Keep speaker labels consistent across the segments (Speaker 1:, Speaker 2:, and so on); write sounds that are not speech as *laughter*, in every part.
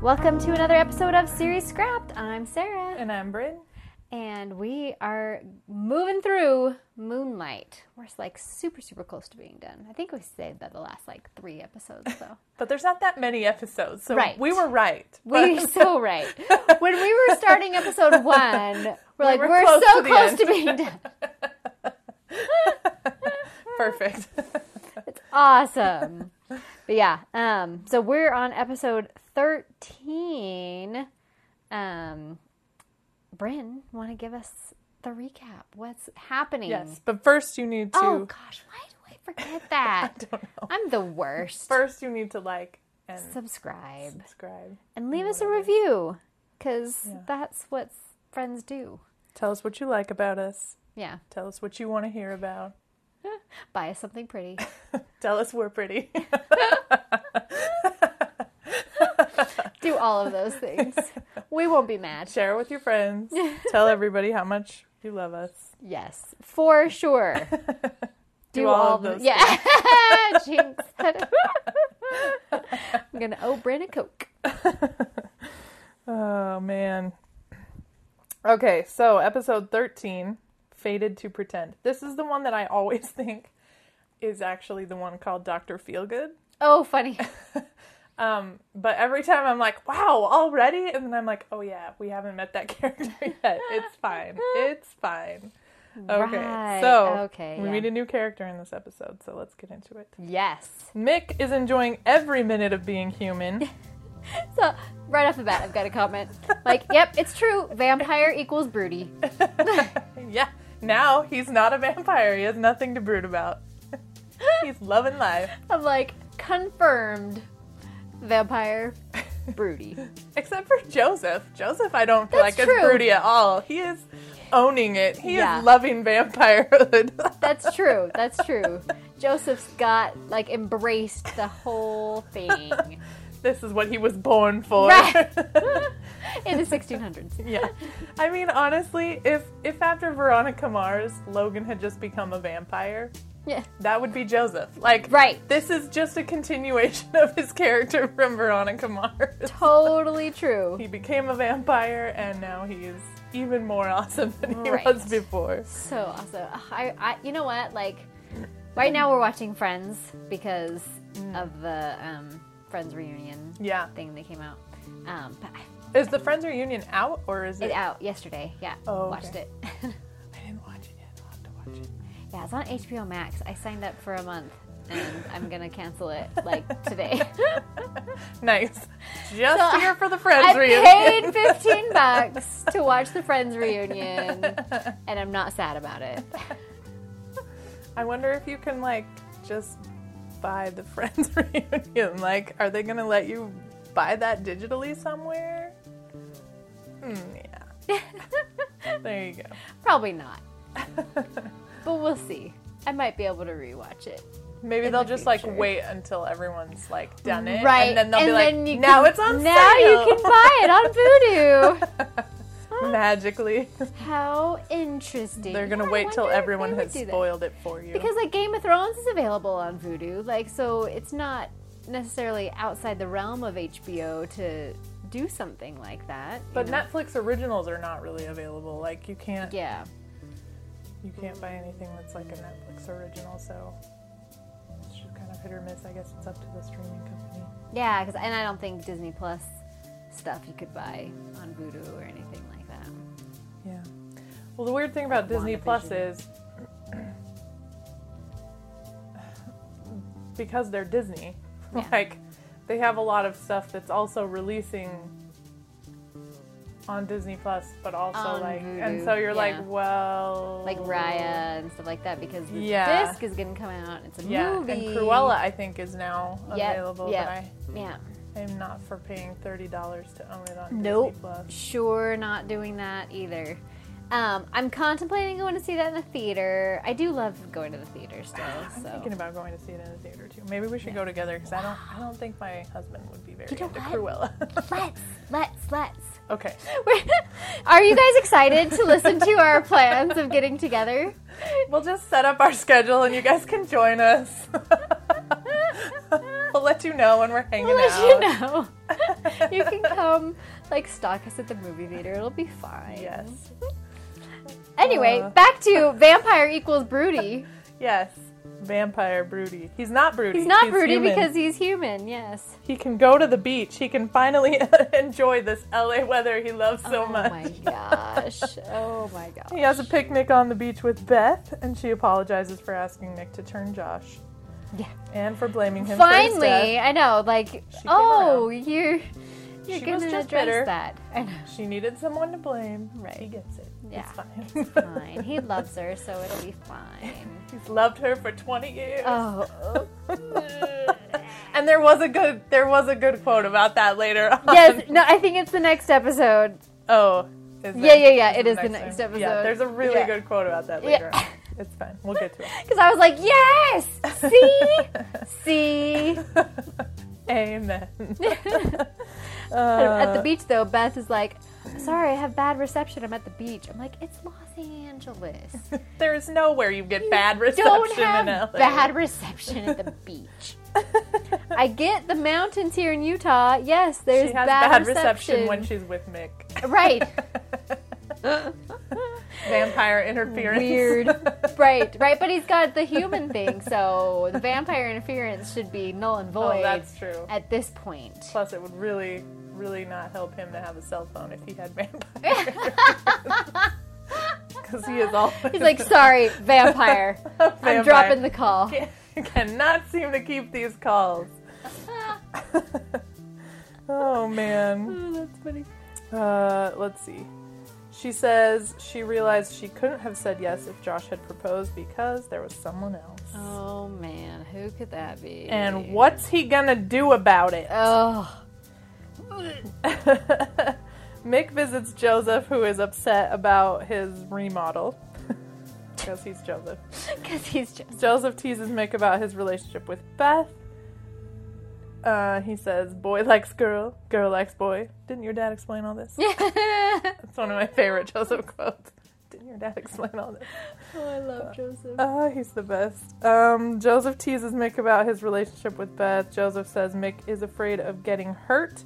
Speaker 1: Welcome to another episode of Series Scrapped. I'm Sarah,
Speaker 2: And I'm Bryn.
Speaker 1: and we are moving through Moonlight. We're like super, super close to being done. I think we saved that the last like three episodes, though.
Speaker 2: *laughs* But there's not that many episodes, so
Speaker 1: Right.
Speaker 2: we were right.
Speaker 1: We're so right. When we were starting
Speaker 2: *laughs*
Speaker 1: episode one, we're like,
Speaker 2: were
Speaker 1: we're
Speaker 2: close
Speaker 1: so
Speaker 2: to the
Speaker 1: close
Speaker 2: end."
Speaker 1: to being done.
Speaker 2: *laughs*
Speaker 1: *laughs*
Speaker 2: Perfect.
Speaker 1: Awesome. But yeah, um, so we're on episode 13. Um, Bryn, want to give us the recap? What's happening?
Speaker 2: yes. But first you need to
Speaker 1: Oh gosh, why do I forget that?
Speaker 2: *laughs* I don't know.
Speaker 1: I'm the worst.
Speaker 2: First you need to like and
Speaker 1: Subscribe
Speaker 2: subscribe.
Speaker 1: and leave us a review because that's what friends do.
Speaker 2: Tell us what you like about us.
Speaker 1: Yeah,
Speaker 2: Tell us what you want to hear about.
Speaker 1: buy us something pretty.
Speaker 2: *laughs* Tell us
Speaker 1: *laughs*
Speaker 2: we're pretty.
Speaker 1: Do all of those
Speaker 2: *laughs*
Speaker 1: things. We won't be mad.
Speaker 2: Share with
Speaker 1: *laughs*
Speaker 2: your friends. Tell everybody how much you love us.
Speaker 1: Yes, for
Speaker 2: *laughs*
Speaker 1: sure.
Speaker 2: Do all of
Speaker 1: the-
Speaker 2: those
Speaker 1: Yeah. *laughs*
Speaker 2: *laughs*
Speaker 1: Jinx. I'm gonna owe Bryn a coke.
Speaker 2: Oh man. Okay, so episode 13, Fated to Pretend. This is the one that I always *laughs* think is actually the one called Dr. Feelgood.
Speaker 1: Oh, funny.
Speaker 2: Um, but every time I'm like, wow, already? And then I'm like, oh yeah, we haven't met that *laughs* character yet. It's fine. It's fine. Okay.
Speaker 1: Right.
Speaker 2: So
Speaker 1: Okay,
Speaker 2: we
Speaker 1: yeah.
Speaker 2: meet a new character in this episode, so let's get into it.
Speaker 1: Yes.
Speaker 2: Mick is enjoying every minute of
Speaker 1: *laughs*
Speaker 2: being human. *laughs*
Speaker 1: So right off the bat, I've got a comment. Like, yep, it's true. Vampire equals broody.
Speaker 2: yeah. Now he's not a vampire. He has nothing to brood about. *laughs* he's loving life.
Speaker 1: I'm like confirmed.
Speaker 2: *laughs*
Speaker 1: Vampire, broody.
Speaker 2: Except for Joseph. Joseph, I don't feel
Speaker 1: That's
Speaker 2: like
Speaker 1: true.
Speaker 2: is broody at all. He is owning it. He
Speaker 1: Yeah.
Speaker 2: is loving vampirehood. *laughs*
Speaker 1: That's true. That's true. Joseph's got like embraced the whole thing
Speaker 2: this is what he was born for.
Speaker 1: Right. in the 1600s.
Speaker 2: *laughs* yeah. I mean, honestly, if if after Veronica Mars, Logan had just become a vampire,
Speaker 1: Yeah.
Speaker 2: that would be Joseph. Like,
Speaker 1: Right.
Speaker 2: This is just a continuation of his character from Veronica Mars. *laughs*
Speaker 1: Totally true.
Speaker 2: He became a vampire, and now he is even more awesome than he
Speaker 1: Right.
Speaker 2: was before.
Speaker 1: So awesome. Ugh, I, I, you know what? Like, right now we're watching Friends because
Speaker 2: Mm.
Speaker 1: of the um, Friends reunion
Speaker 2: Yeah.
Speaker 1: thing that came out. Um, but I,
Speaker 2: Is the Friends reunion out, or is it?
Speaker 1: it out yesterday. Yeah,
Speaker 2: Oh,
Speaker 1: watched
Speaker 2: okay.
Speaker 1: it.
Speaker 2: I didn't watch it yet. I'll have to watch it.
Speaker 1: yeah, it's on HBO Max. I signed up for a month, and I'm gonna cancel it like
Speaker 2: *laughs*
Speaker 1: today.
Speaker 2: Nice. Just
Speaker 1: So,
Speaker 2: here for the Friends
Speaker 1: *laughs* I
Speaker 2: reunion.
Speaker 1: paid 15 bucks to watch the Friends reunion, and I'm not sad about it. *laughs*
Speaker 2: I wonder if you can like just buy the *laughs* Friends reunion. Like, are they gonna let you buy that digitally somewhere? Hmm, yeah. there you go.
Speaker 1: Probably not, but we'll see. I might be able to rewatch it.
Speaker 2: Maybe
Speaker 1: In
Speaker 2: they'll
Speaker 1: the
Speaker 2: just like
Speaker 1: future.
Speaker 2: wait until everyone's like done it,
Speaker 1: Right.
Speaker 2: And then they'll be
Speaker 1: then
Speaker 2: like,
Speaker 1: you
Speaker 2: now
Speaker 1: can-
Speaker 2: it's on
Speaker 1: Now
Speaker 2: sale.
Speaker 1: you can buy it
Speaker 2: *laughs*
Speaker 1: on Voodoo.
Speaker 2: Magically,
Speaker 1: How interesting.
Speaker 2: they're gonna
Speaker 1: Yeah, I
Speaker 2: wait till
Speaker 1: wonder if
Speaker 2: everyone
Speaker 1: they would
Speaker 2: has
Speaker 1: do that.
Speaker 2: spoiled it for you.
Speaker 1: Because like Game of Thrones is available on Voodoo, like so it's not necessarily outside the realm of HBO to do something like that. you
Speaker 2: but
Speaker 1: know?
Speaker 2: Netflix originals are not really available. Like, you can't
Speaker 1: yeah.
Speaker 2: You can't buy anything that's like a Netflix original, so it's just kind of hit or miss. I guess it's up to the streaming company.
Speaker 1: Yeah, cause, and I don't think Disney Plus stuff you could buy on Voodoo or anything like that.
Speaker 2: Yeah. Well, the weird thing about Disney Plus
Speaker 1: WandaVision.
Speaker 2: is because they're Disney, *laughs*
Speaker 1: Yeah.
Speaker 2: like they have a lot of stuff that's also releasing on Disney Plus, but also
Speaker 1: On
Speaker 2: like,
Speaker 1: Vudu,
Speaker 2: and so you're
Speaker 1: yeah.
Speaker 2: like, well,
Speaker 1: Like Raya and stuff like that because the
Speaker 2: Oh. Yeah.
Speaker 1: disc is gonna come out. It's a
Speaker 2: yeah,
Speaker 1: movie.
Speaker 2: and Cruella, I think, is now
Speaker 1: Yep,
Speaker 2: available,
Speaker 1: yep,
Speaker 2: but I.
Speaker 1: Yeah.
Speaker 2: I'm not for paying thirty dollars to own it on
Speaker 1: Nope.
Speaker 2: Disney Plus.
Speaker 1: Sure, not doing that either. Um, I'm contemplating going to see that in the theater. I do love going to the theater still.
Speaker 2: I'm
Speaker 1: So
Speaker 2: thinking about going to see it in the theater too. Maybe we should go together because I don't. I don't think my husband would be very
Speaker 1: know
Speaker 2: into
Speaker 1: what?
Speaker 2: Cruella. *laughs*
Speaker 1: let's, let's, let's.
Speaker 2: okay.
Speaker 1: *laughs* We're- Are you guys excited to listen to our plans of getting
Speaker 2: *laughs*
Speaker 1: together?
Speaker 2: We'll just set up our schedule and you guys can join us. *laughs* we'll let you know when we're hanging
Speaker 1: I'll
Speaker 2: out.
Speaker 1: let you know. you can come, like, stalk us at the movie theater. It'll be fine.
Speaker 2: Yes.
Speaker 1: Anyway,
Speaker 2: Uh.
Speaker 1: back to vampire equals broody.
Speaker 2: Yes. Vampire Broody. He's not Broody.
Speaker 1: He's not broody
Speaker 2: human.
Speaker 1: because he's human. Yes.
Speaker 2: he can go to the beach. He can finally *laughs* enjoy this LA weather he loves so
Speaker 1: oh
Speaker 2: much.
Speaker 1: my gosh. Oh my gosh.
Speaker 2: He has a picnic on the beach with Beth, and she apologizes for asking Nick to turn Josh.
Speaker 1: Yeah.
Speaker 2: And for blaming him for his death.
Speaker 1: Finally, I know. Like,
Speaker 2: came
Speaker 1: oh, you're you're
Speaker 2: She was
Speaker 1: gonna
Speaker 2: just
Speaker 1: address
Speaker 2: bitter.
Speaker 1: that. I know.
Speaker 2: She needed someone to blame.
Speaker 1: Right.
Speaker 2: He gets it.
Speaker 1: Yeah.
Speaker 2: It's fine. *laughs*
Speaker 1: It's fine. He loves her, so it'll be fine.
Speaker 2: He's loved her for 20 years.
Speaker 1: Oh.
Speaker 2: And there was a good there was a good quote about that later on.
Speaker 1: yes. No, I think it's the next episode.
Speaker 2: *laughs* Oh. Is
Speaker 1: Yeah, yeah, yeah, it
Speaker 2: it
Speaker 1: is the next
Speaker 2: one?
Speaker 1: episode.
Speaker 2: Yeah, there's a really
Speaker 1: Yeah.
Speaker 2: good quote about that
Speaker 1: Yeah.
Speaker 2: later on. It's fine. We'll get
Speaker 1: *laughs*
Speaker 2: to it.
Speaker 1: Because I was like, yes. See, see.
Speaker 2: Amen.
Speaker 1: *laughs*
Speaker 2: *laughs* Uh,
Speaker 1: at the beach, though, Beth is like, sorry, I have bad reception. I'm at the beach. I'm like, it's Los
Speaker 2: *laughs*
Speaker 1: Angeles.
Speaker 2: There is nowhere you get bad reception
Speaker 1: Don't
Speaker 2: in LA.
Speaker 1: have bad reception at the beach.
Speaker 2: *laughs*
Speaker 1: I get the mountains here in Utah. Yes,
Speaker 2: she
Speaker 1: there's
Speaker 2: has bad, reception. when she's with Mick.
Speaker 1: right,
Speaker 2: Vampire interference.
Speaker 1: Weird. right, right. But he's got the human thing, so the vampire interference should be null and void.
Speaker 2: *laughs* oh, that's true.
Speaker 1: At this point,
Speaker 2: Plus, it would really, really not help him to have a cell phone if he had vampire. *laughs*
Speaker 1: *laughs*
Speaker 2: Because he is always
Speaker 1: he's
Speaker 2: *laughs*
Speaker 1: like, sorry, vampire. I'm
Speaker 2: Vampire.
Speaker 1: dropping the call.
Speaker 2: cannot seem to keep these calls.
Speaker 1: *laughs*
Speaker 2: *laughs* oh man.
Speaker 1: Oh, that's funny.
Speaker 2: Uh, let's see. She says she realized she couldn't have said yes if Josh had proposed because there was someone else.
Speaker 1: Oh man, who could that be?
Speaker 2: And what's he gonna do about it? *laughs*
Speaker 1: Oh,
Speaker 2: Mick visits Joseph, who is upset about his remodel. *laughs* Because he's Joseph.
Speaker 1: because he's just
Speaker 2: Joseph teases Mick about his relationship with Beth. Uh, he says, Boy likes girl, girl likes boy. Didn't your dad explain all this?
Speaker 1: oh,
Speaker 2: That's one of my favorite Joseph quotes. Didn't your dad explain all this?
Speaker 1: I love Joseph.
Speaker 2: Oh, he's the best. Um, Joseph teases Mick about his relationship with Beth. Joseph says Mick is afraid of getting hurt.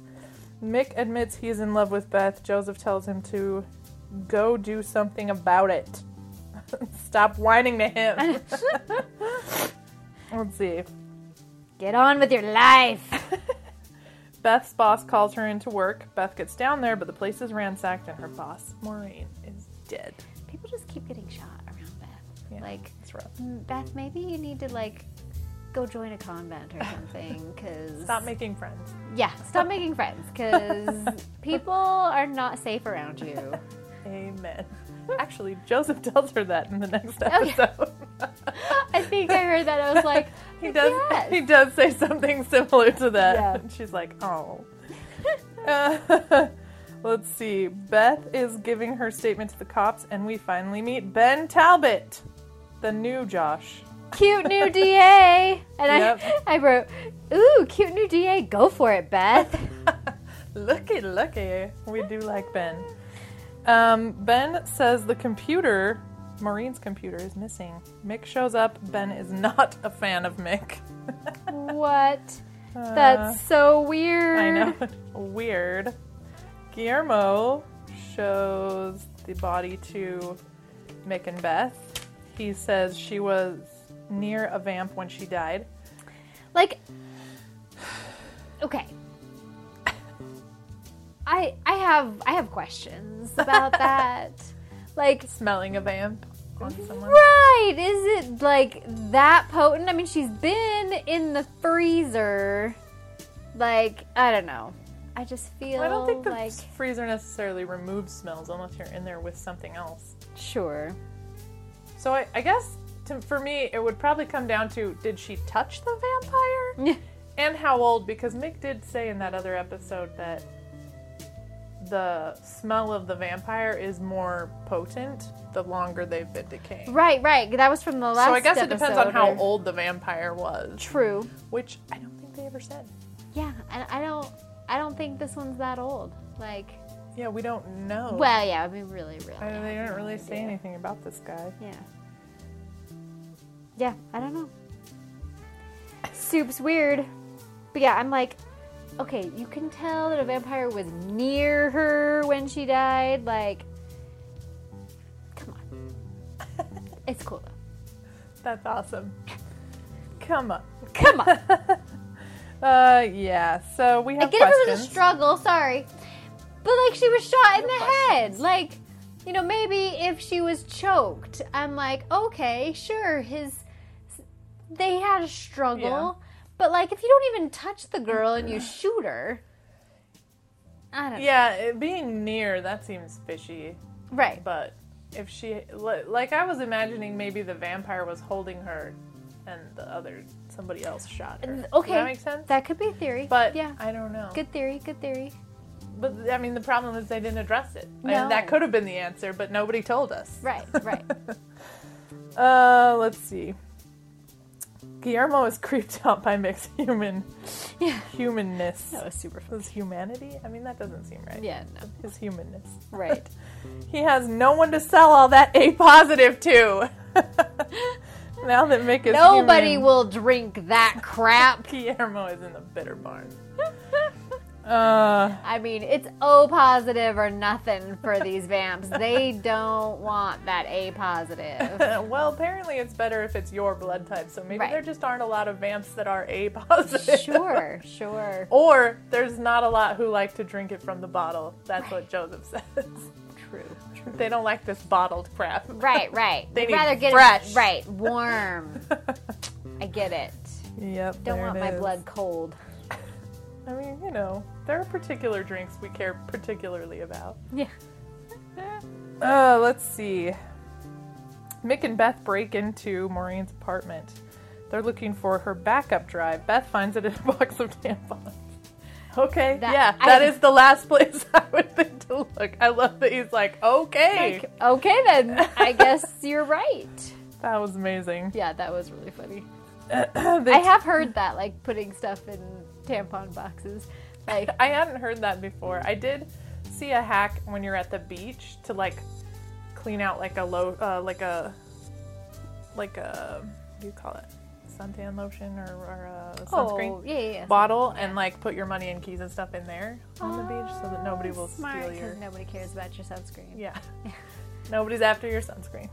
Speaker 2: Mick admits he's in love with Beth. Joseph tells him to go do something about it. *laughs* Stop whining to him. Let's see.
Speaker 1: Get on with your life.
Speaker 2: Beth's boss calls her into work. Beth gets down there, but the place is ransacked, and her boss, Maureen, is dead.
Speaker 1: People just keep getting shot around Beth.
Speaker 2: Yeah.
Speaker 1: Like,
Speaker 2: It's rough.
Speaker 1: "Mm, Beth, maybe you need to like go join a convent or something. Cause
Speaker 2: Stop making friends.
Speaker 1: yeah, stop making
Speaker 2: *laughs*
Speaker 1: friends. Cause people are not safe around you.
Speaker 2: *laughs* Amen. Actually, Joseph *laughs* tells her that in the next
Speaker 1: Oh, yeah.
Speaker 2: episode.
Speaker 1: I think I heard that. I was like,
Speaker 2: *laughs* He does.
Speaker 1: Yes.
Speaker 2: He does say something similar to that.
Speaker 1: Yeah.
Speaker 2: And *laughs* she's like, "Oh." Uh, let's see. Beth is giving her statement to the cops, and we finally meet Ben Talbot, the new Josh.
Speaker 1: cute new DA, and
Speaker 2: Yep.
Speaker 1: I, I wrote, ooh, cute new DA. Go for it,
Speaker 2: *laughs*
Speaker 1: Beth.
Speaker 2: Lucky, lucky. We do like Ben. Um, ben says the computer, Maureen's computer, is missing. Mick shows up. Ben is not a fan of Mick.
Speaker 1: what?
Speaker 2: Uh,
Speaker 1: That's so weird.
Speaker 2: I know. Weird. Guillermo shows the body to Mick and Beth. He says she was near a vamp when she died.
Speaker 1: Like, okay. I I have I have questions
Speaker 2: *laughs*
Speaker 1: about that. Like,
Speaker 2: Smelling a vamp on someone.
Speaker 1: right? Is it like that potent? I mean, she's been in the freezer. Like, I don't know. I just feel
Speaker 2: I don't think the
Speaker 1: like
Speaker 2: freezer necessarily removes smells unless you're in there with something else.
Speaker 1: sure. *laughs*
Speaker 2: So I, I guess to, for me, it would probably come down to did she touch the vampire? and how old because mick did say in that other episode that the smell of the vampire is more potent the longer they've been decaying
Speaker 1: right, right. That was from the last.
Speaker 2: so i guess it depends on
Speaker 1: episode
Speaker 2: how
Speaker 1: where-
Speaker 2: old the vampire was
Speaker 1: True.
Speaker 2: which i don't think they ever said
Speaker 1: Yeah, and I don't. I don't think this one's that old. Like,
Speaker 2: yeah we don't know
Speaker 1: well, yeah. I mean, really, really.
Speaker 2: Oh. I, they
Speaker 1: have
Speaker 2: didn't
Speaker 1: no
Speaker 2: really say
Speaker 1: idea.
Speaker 2: anything about this guy
Speaker 1: Yeah. Yeah, I don't know. Soup's weird. But yeah, I'm like, okay, you can tell that a vampire was near her when she died. Like, come on. it's cool though.
Speaker 2: That's awesome. Come on.
Speaker 1: Come on.
Speaker 2: Uh, yeah. So we
Speaker 1: I
Speaker 2: have
Speaker 1: get if it was a
Speaker 2: questions.
Speaker 1: struggle, sorry. But like she was shot in the head. Like, you know, maybe if she was choked, I'm like, okay, sure, his they had a struggle.
Speaker 2: Yeah.
Speaker 1: But like if you don't even touch the girl and you shoot her, I don't know.
Speaker 2: yeah, it, being near that seems fishy.
Speaker 1: Right.
Speaker 2: But if she, li- like, I was imagining maybe the vampire was holding her, and the other somebody else shot her.
Speaker 1: Okay.
Speaker 2: Does that make sense?
Speaker 1: That could be a theory.
Speaker 2: but
Speaker 1: yeah.
Speaker 2: I don't know.
Speaker 1: Good theory, good theory.
Speaker 2: But I mean, the problem is they didn't address it.
Speaker 1: No.
Speaker 2: And that could have been the answer, but nobody told us.
Speaker 1: Right,
Speaker 2: *laughs*
Speaker 1: right.
Speaker 2: Uh, let's see. Guillermo is *laughs* creeped out by mixed human
Speaker 1: yeah.
Speaker 2: humanness.
Speaker 1: That was super fun.
Speaker 2: His humanity? I mean, that doesn't seem right.
Speaker 1: Yeah, no.
Speaker 2: His humanness.
Speaker 1: Right.
Speaker 2: He has no one to sell all that A positive to. *laughs* now that Mick is
Speaker 1: Nobody
Speaker 2: human,
Speaker 1: will drink that crap.
Speaker 2: Guillermo is in the bitter barn. *laughs* Uh, *laughs*
Speaker 1: I mean, it's O positive or nothing for these vamps. They don't want that A positive.
Speaker 2: well, apparently it's better if it's your blood type, so maybe
Speaker 1: Right.
Speaker 2: there just aren't a lot of vamps that are A *laughs* positive.
Speaker 1: Sure, sure.
Speaker 2: Or there's not a lot who like to drink it from the bottle. That's what Joseph *laughs* says.
Speaker 1: True.
Speaker 2: they don't like this bottled crap.
Speaker 1: Right, right.
Speaker 2: They
Speaker 1: They'd
Speaker 2: need
Speaker 1: rather get
Speaker 2: fresh.
Speaker 1: it right, warm. I get it.
Speaker 2: *laughs* Yep.
Speaker 1: Don't
Speaker 2: there
Speaker 1: want
Speaker 2: it
Speaker 1: my
Speaker 2: is.
Speaker 1: blood cold.
Speaker 2: I mean, you know, there are particular drinks we care particularly about.
Speaker 1: Yeah.
Speaker 2: Uh, let's see. Mick and Beth break into Maureen's apartment. They're looking for her backup drive. Beth finds it in a *laughs* box of tampons. Okay,
Speaker 1: That-
Speaker 2: yeah,
Speaker 1: I-
Speaker 2: that is the last *laughs* place I would think to look. I love that he's like, okay.
Speaker 1: Like, okay
Speaker 2: *laughs*
Speaker 1: then. I guess you're right.
Speaker 2: that was amazing.
Speaker 1: Yeah, that was really
Speaker 2: *clears throat*
Speaker 1: funny.
Speaker 2: They
Speaker 1: I have heard that, like putting stuff in tampon boxes. Like
Speaker 2: I hadn't heard that before. I did see a hack when you're at the beach to like clean out like a low, uh, like a, like a, what do you call it? Suntan lotion or, or a sunscreen
Speaker 1: Oh, yeah, yeah, yeah.
Speaker 2: bottle and like put your money and keys and stuff in there on the beach so that nobody will
Speaker 1: Smart,
Speaker 2: steal your.
Speaker 1: because nobody cares about your sunscreen.
Speaker 2: *laughs*
Speaker 1: *laughs*
Speaker 2: Yeah. Nobody's after your sunscreen.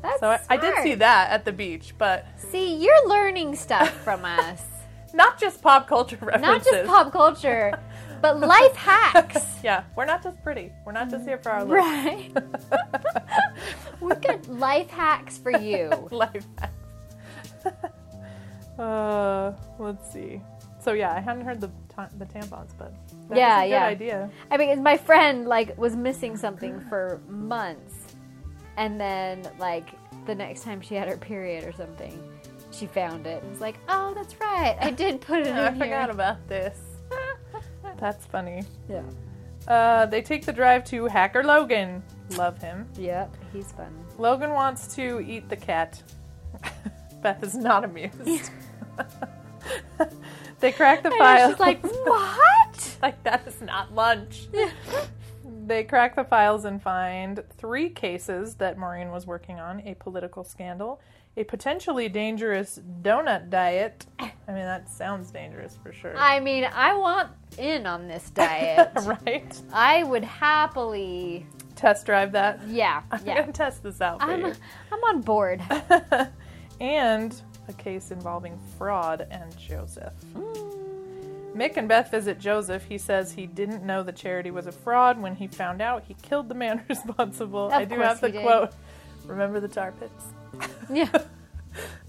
Speaker 1: That's
Speaker 2: So I, I did
Speaker 1: smart.
Speaker 2: see that at the beach, but
Speaker 1: See, you're learning
Speaker 2: *laughs*
Speaker 1: stuff from us.
Speaker 2: not just pop culture *laughs* references.
Speaker 1: Not just pop culture, but
Speaker 2: *laughs*
Speaker 1: life hacks.
Speaker 2: Yeah, we're not just pretty. We're not just here for our
Speaker 1: *laughs*
Speaker 2: looks.
Speaker 1: Right. We've got life hacks for you.
Speaker 2: *laughs* life *laughs* hacks. uh, let's see. So yeah, I hadn't heard the ta- the tampons, but that
Speaker 1: Yeah,
Speaker 2: was a good
Speaker 1: yeah.
Speaker 2: idea.
Speaker 1: I mean, my friend like was missing something for months, and then like the next time she had her period or something, she found it. and was like, oh, that's right, I did put it in
Speaker 2: Oh, *laughs* I
Speaker 1: here.
Speaker 2: forgot about this. *laughs* That's funny.
Speaker 1: yeah.
Speaker 2: Uh, they take the drive to Hacker Logan. Love him.
Speaker 1: Yeah. He's fun.
Speaker 2: Logan wants to eat the cat. *laughs* Beth is not amused. *laughs* they crack the
Speaker 1: I know,
Speaker 2: file.
Speaker 1: she's like, what?
Speaker 2: *laughs* like that is not lunch. *laughs* They crack the files and find three cases that Maureen was working on a political scandal, a potentially dangerous donut diet. I mean, that sounds dangerous for sure.
Speaker 1: I mean, I want in on this *laughs* diet.
Speaker 2: *laughs* right?
Speaker 1: I would happily,
Speaker 2: Test drive that.
Speaker 1: *laughs* yeah,
Speaker 2: I'm
Speaker 1: yeah.
Speaker 2: going to *laughs* test this out for
Speaker 1: I'm,
Speaker 2: you.
Speaker 1: I'm on *laughs* board.
Speaker 2: and a case involving fraud and Joseph.
Speaker 1: Mm. *laughs*
Speaker 2: Mick and Beth visit Joseph. He says he didn't know the charity was a fraud. When he found out, he killed the man *laughs* responsible. I do
Speaker 1: course
Speaker 2: have the
Speaker 1: he did.
Speaker 2: quote. Remember the tar pits?
Speaker 1: Yeah,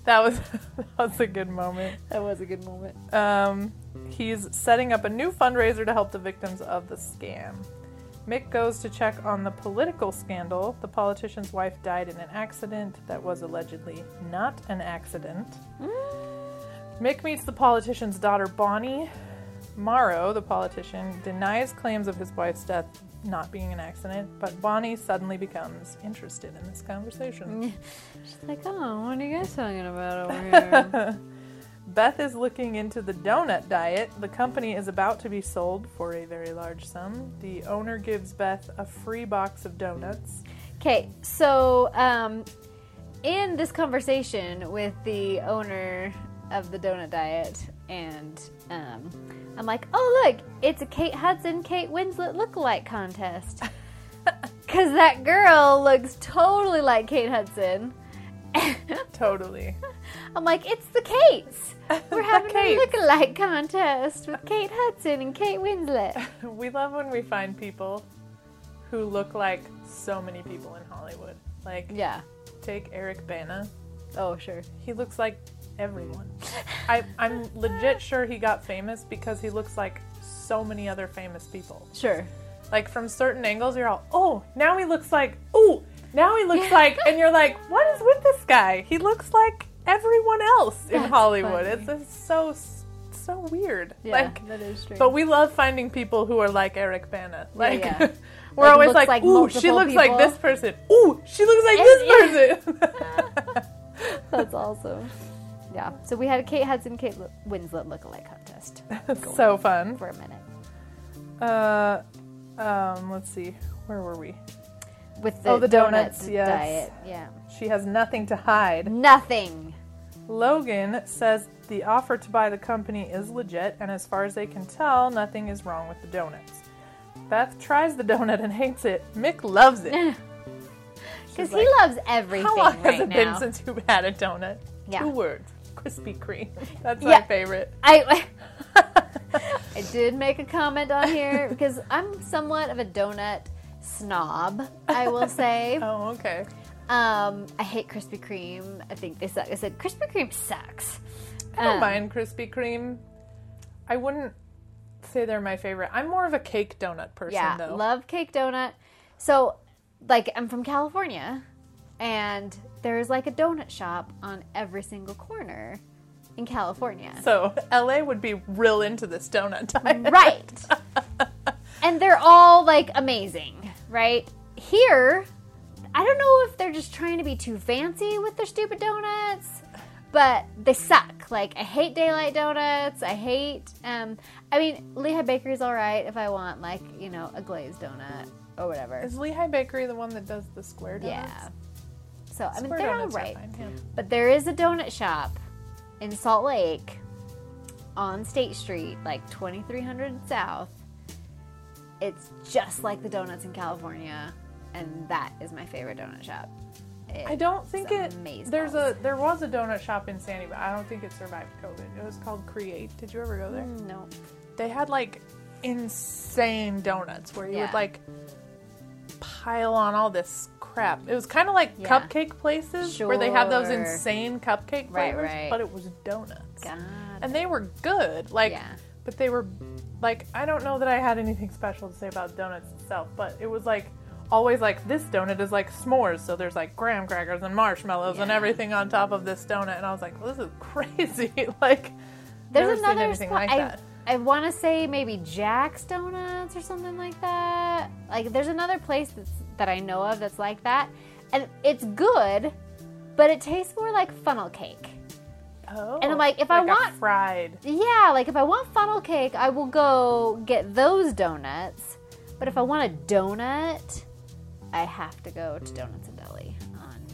Speaker 2: That was *laughs* that was a good moment.
Speaker 1: that was a good moment.
Speaker 2: Um, he's setting up a new fundraiser to help the victims of the scam. Mick goes to check on the political scandal. The politician's wife died in an accident that was allegedly not an accident. Mick meets the politician's daughter, Bonnie. Morrow, the politician, denies claims of his wife's death not being an accident, but Bonnie suddenly becomes interested in this conversation.
Speaker 1: She's like, oh, what are you guys talking about *laughs* over here?
Speaker 2: Beth is looking into the donut diet. The company is about to be sold for a very large sum. The owner gives Beth a free box of donuts.
Speaker 1: Okay, so um, in this conversation with the owner of the donut diet and um, I'm like, oh look, it's a Kate Hudson, Kate Winslet lookalike contest. Cause that girl looks totally like Kate Hudson.
Speaker 2: Totally.
Speaker 1: I'm like, it's the Kates. We're
Speaker 2: The
Speaker 1: having a
Speaker 2: Kates.
Speaker 1: lookalike contest with Kate Hudson and Kate Winslet.
Speaker 2: We love when we find people who look like so many people in Hollywood. Like,
Speaker 1: Yeah.
Speaker 2: take Eric Bana.
Speaker 1: Oh sure.
Speaker 2: He looks like everyone. I, I'm legit sure he got famous because he looks like so many other famous people.
Speaker 1: Sure.
Speaker 2: Like from certain angles, you're all, oh, now he looks like, oh, now he looks like, and you're like, what is with this guy? He looks like everyone else in
Speaker 1: That's
Speaker 2: Hollywood.
Speaker 1: funny.
Speaker 2: It's, it's so so weird.
Speaker 1: Yeah,
Speaker 2: Like,
Speaker 1: that is true.
Speaker 2: but we love finding people who are like Eric Bana. Like.
Speaker 1: yeah.
Speaker 2: *laughs* We're
Speaker 1: Like,
Speaker 2: always
Speaker 1: looks
Speaker 2: like,
Speaker 1: like
Speaker 2: ooh, she
Speaker 1: multiple
Speaker 2: looks like
Speaker 1: people."
Speaker 2: this person. Ooh, she looks like
Speaker 1: Yeah,
Speaker 2: this person. *laughs*
Speaker 1: That's awesome. Yeah. So we had a Kate Hudson, Kate L- Winslet lookalike contest
Speaker 2: so fun.
Speaker 1: for a minute
Speaker 2: Uh, um, let's see. Where were we?
Speaker 1: with the,
Speaker 2: Oh, the donuts,
Speaker 1: donut
Speaker 2: yes.
Speaker 1: diet. Yeah.
Speaker 2: She has nothing to hide.
Speaker 1: Nothing.
Speaker 2: Logan says the offer to buy the company is legit, and as far as they can tell, nothing is wrong with the donuts. Beth tries the donut and hates it. Mick loves
Speaker 1: *laughs*
Speaker 2: it.
Speaker 1: Because
Speaker 2: She's
Speaker 1: he
Speaker 2: like,
Speaker 1: loves everything
Speaker 2: How long
Speaker 1: right
Speaker 2: has it
Speaker 1: now.
Speaker 2: been since you had a donut?
Speaker 1: Yeah.
Speaker 2: Two words. Krispy Kreme. *laughs* That's
Speaker 1: Yeah.
Speaker 2: my favorite.
Speaker 1: I *laughs*
Speaker 2: *laughs*
Speaker 1: I did make a comment on here because I'm somewhat of a donut snob. I
Speaker 2: *laughs*
Speaker 1: will say.
Speaker 2: Oh, okay.
Speaker 1: Um, I hate Krispy Kreme. I think they suck. I said Krispy Kreme sucks.
Speaker 2: I don't
Speaker 1: Um,
Speaker 2: mind Krispy Kreme. I wouldn't say they're my favorite. I'm more of a cake donut person,
Speaker 1: Yeah,
Speaker 2: though.
Speaker 1: love cake donut. So, like, I'm from California, and there's like a donut shop on every single corner in
Speaker 2: *laughs*
Speaker 1: California.
Speaker 2: So LA would be real into this donut diet.
Speaker 1: right. and they're all like amazing, right? Here, I don't know if they're just trying to be too fancy with their stupid donuts, but they suck. Like I hate daylight donuts. I hate. Um, I mean, Lehigh Bakery's all right if I want like you know a glazed donut or whatever.
Speaker 2: *laughs* Is Lehigh Bakery the one that does the square donuts?
Speaker 1: Yeah. So I mean,
Speaker 2: Square
Speaker 1: they're all
Speaker 2: donuts are
Speaker 1: right.
Speaker 2: fine, yeah.
Speaker 1: But there is a donut shop in Salt Lake on State Street, like 2300 South. It's just like the donuts in California, and that is my favorite donut shop. It-
Speaker 2: I don't think it.
Speaker 1: amazeballs.
Speaker 2: There's a there was a donut shop in Sandy, but I don't think it survived COVID. It was called Create. Did you ever go there?
Speaker 1: no.
Speaker 2: They had like insane donuts where you
Speaker 1: Yeah.
Speaker 2: would like pile on all this crap. It was kind of like
Speaker 1: Yeah.
Speaker 2: cupcake places where they have those
Speaker 1: Sure.
Speaker 2: insane cupcake
Speaker 1: Right,
Speaker 2: flavors,
Speaker 1: right.
Speaker 2: but it was donuts.
Speaker 1: God.
Speaker 2: and they were good like
Speaker 1: Yeah.
Speaker 2: but they were like i don't know that i had anything special to say about donuts itself but it was like always like this donut is like smores so there's like graham crackers and marshmallows and
Speaker 1: Yeah.
Speaker 2: everything on top of this donut and i was like well, this is crazy *laughs* like
Speaker 1: There's
Speaker 2: never seen
Speaker 1: another
Speaker 2: anything
Speaker 1: spot.
Speaker 2: like
Speaker 1: I,
Speaker 2: that.
Speaker 1: I want to say maybe Jack's Donuts or something like that. Like, there's another place that's, that I know of that's like that, and it's good, but it tastes more like funnel cake.
Speaker 2: oh
Speaker 1: And I'm like, if I
Speaker 2: a
Speaker 1: want-
Speaker 2: fried
Speaker 1: Yeah, like if I want funnel cake, I will go get those donuts. But if I want a donut, I have to go to Donuts and Deli. On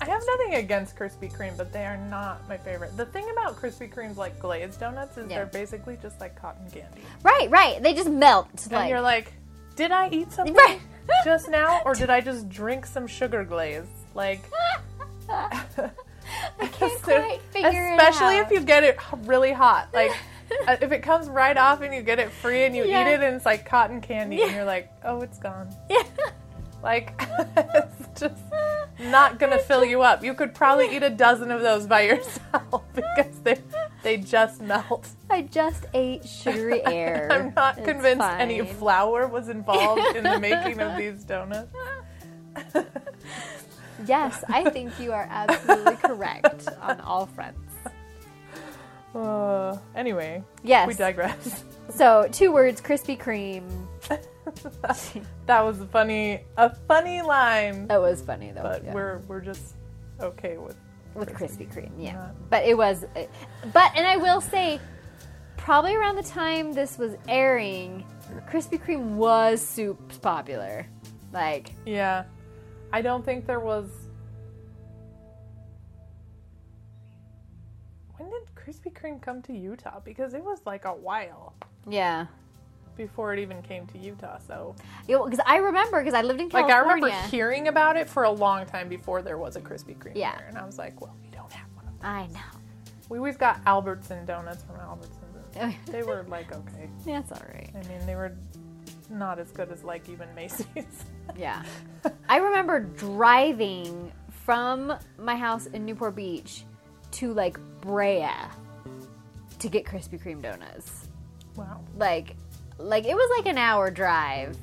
Speaker 2: i have nothing against krispy kreme but they are not my favorite the thing about krispy kreme's like glazed donuts is
Speaker 1: Yeah.
Speaker 2: they're basically just like cotton candy
Speaker 1: right, right. They just melt.
Speaker 2: and you're like did i eat something
Speaker 1: *laughs* right.
Speaker 2: just now, or did I just drink some sugar glaze? Like,
Speaker 1: *laughs* I can't
Speaker 2: *laughs*
Speaker 1: quite figure it
Speaker 2: especially
Speaker 1: out.
Speaker 2: if you get it h-
Speaker 1: *laughs*
Speaker 2: really hot. Like, uh, if it comes right off and you get it free and you
Speaker 1: Yeah.
Speaker 2: eat it and it's like cotton candy, and
Speaker 1: Yeah.
Speaker 2: you're like, oh, it's gone.
Speaker 1: *laughs* Yeah. *laughs*
Speaker 2: Like, *laughs* it's just not gonna fill you up. You could probably eat a dozen of those by yourself *laughs* because they they just melt.
Speaker 1: I just ate sugary air.
Speaker 2: *laughs* I'm not
Speaker 1: It's
Speaker 2: convinced any
Speaker 1: fine.
Speaker 2: flour was involved in the making of these donuts.
Speaker 1: *laughs* Yes, I think you
Speaker 2: *laughs*
Speaker 1: are absolutely correct on all fronts.
Speaker 2: Uh, anyway,
Speaker 1: Yes.
Speaker 2: we digress.
Speaker 1: So two words: Krispy Kreme.
Speaker 2: That was a funny, a funny line,
Speaker 1: That was funny though.
Speaker 2: but
Speaker 1: Oh, yeah.
Speaker 2: we're we're just okay with.
Speaker 1: with Krispy Kreme. Yeah,
Speaker 2: Not-
Speaker 1: but it was, but and I will say, probably around the time this was airing, Krispy Kreme was soups popular. Like,
Speaker 2: Yeah, I don't think there was. When did Krispy Kreme come to Utah? Because it was like a while.
Speaker 1: Yeah.
Speaker 2: before it even came to Utah. So,
Speaker 1: Because I remember, because I lived in
Speaker 2: like,
Speaker 1: California.
Speaker 2: I remember hearing about it for a long time before there was a Krispy Kreme
Speaker 1: Yeah.
Speaker 2: here, and I was like, well, we don't have one. of
Speaker 1: I know. *laughs*
Speaker 2: those. We always got Albertson donuts from Albertsons. and
Speaker 1: Oh.
Speaker 2: They were like okay.
Speaker 1: That's all right.
Speaker 2: I mean, they were not as good as like even Macy's. *laughs*
Speaker 1: Yeah. I remember driving from my house in Newport Beach to like Brea to get Krispy Kreme donuts.
Speaker 2: wow.
Speaker 1: Like like it was like an hour drive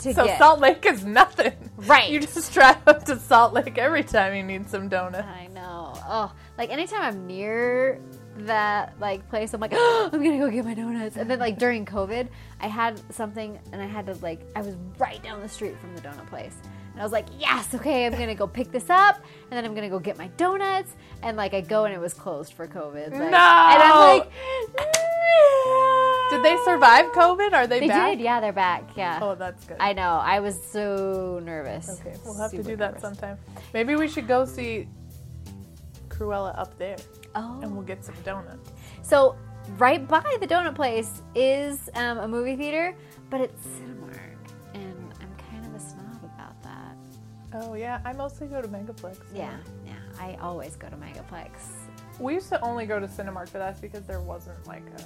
Speaker 1: to
Speaker 2: So
Speaker 1: get
Speaker 2: Salt Lake is nothing.
Speaker 1: Right.
Speaker 2: You just drive up to Salt Lake every time you need some donuts.
Speaker 1: I know. Oh, like anytime I'm near that like place, I'm like, *gasps* oh, I'm gonna go get my donuts. And then like during COVID, I had something and I had to like I was right down the street from the donut place. And I was like, yes, okay, I'm gonna go pick this up, and then I'm gonna go get my donuts. And like I go and it was closed for COVID. Like, And I'm like,
Speaker 2: Did they survive COVID? Are they,
Speaker 1: they
Speaker 2: back?
Speaker 1: did, yeah, they're back, yeah.
Speaker 2: Oh, that's good.
Speaker 1: I know. I was so nervous.
Speaker 2: okay, we'll have to
Speaker 1: Super
Speaker 2: do that
Speaker 1: nervous.
Speaker 2: sometime. Maybe we should go see Cruella up there,
Speaker 1: Oh.
Speaker 2: and we'll get some donuts.
Speaker 1: So right by the donut place is um, a movie theater, but it's Cinemark, and I'm kind of a snob about that.
Speaker 2: Oh yeah, I mostly go to Megaplex.
Speaker 1: Yeah, yeah. I always go to Megaplex.
Speaker 2: We used to only go to Cinemark, but that's because there wasn't like a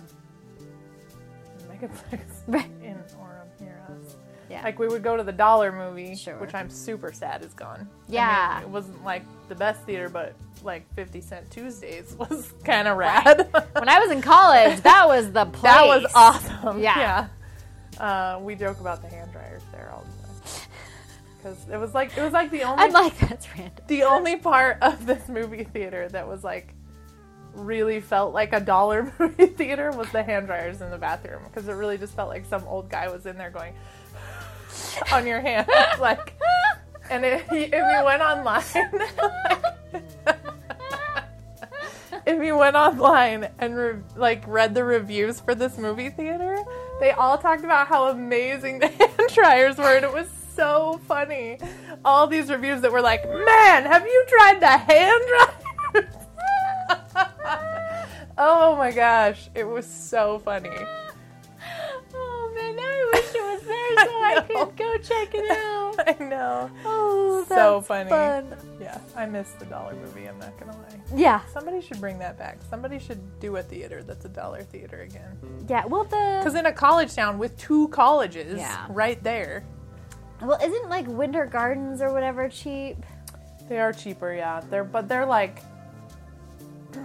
Speaker 2: Megaplex
Speaker 1: Right.
Speaker 2: in Orem near us.
Speaker 1: Yeah.
Speaker 2: Like we would go to the Dollar Movie,
Speaker 1: Sure.
Speaker 2: which I'm super sad is gone. I
Speaker 1: Yeah.
Speaker 2: mean, it wasn't like the best theater, but like 50 Cent Tuesdays *laughs* was kind of rad.
Speaker 1: when I was in college, that was the place.
Speaker 2: *laughs* that was awesome.
Speaker 1: Yeah.
Speaker 2: Yeah. Uh, we joke about the hand dryers there all the time because it was like it was like the only
Speaker 1: I'm like, that's random. *laughs*
Speaker 2: the only part *laughs* of this movie theater that was like really felt like a dollar *laughs* movie theater was the hand dryers in the bathroom because it really just felt like some old guy was in there going *sighs* on your hands *laughs* like and if you, if you went online *laughs* if you went online and re- like read the reviews for this movie theater they all talked about how amazing *laughs* the hand dryers were and it was so funny all these reviews that were like man have you tried the hand dryers *laughs* oh my gosh it was so funny
Speaker 1: Oh man, I wish it was there so I,
Speaker 2: *laughs* I know.
Speaker 1: could go check it
Speaker 2: *laughs*
Speaker 1: out.
Speaker 2: i know
Speaker 1: Oh, that's
Speaker 2: So funny.
Speaker 1: fun.
Speaker 2: yeah i missed the dollar movie i'm not gonna lie
Speaker 1: Yeah,
Speaker 2: Somebody should bring that back. Somebody should do a theater that's a dollar theater again.
Speaker 1: yeah. Well, the
Speaker 2: Because in a college town with two colleges
Speaker 1: Yeah.
Speaker 2: right there,
Speaker 1: well isn't like Winter Gardens or whatever cheap?
Speaker 2: they are cheaper, yeah. They're but they're like, *clears throat*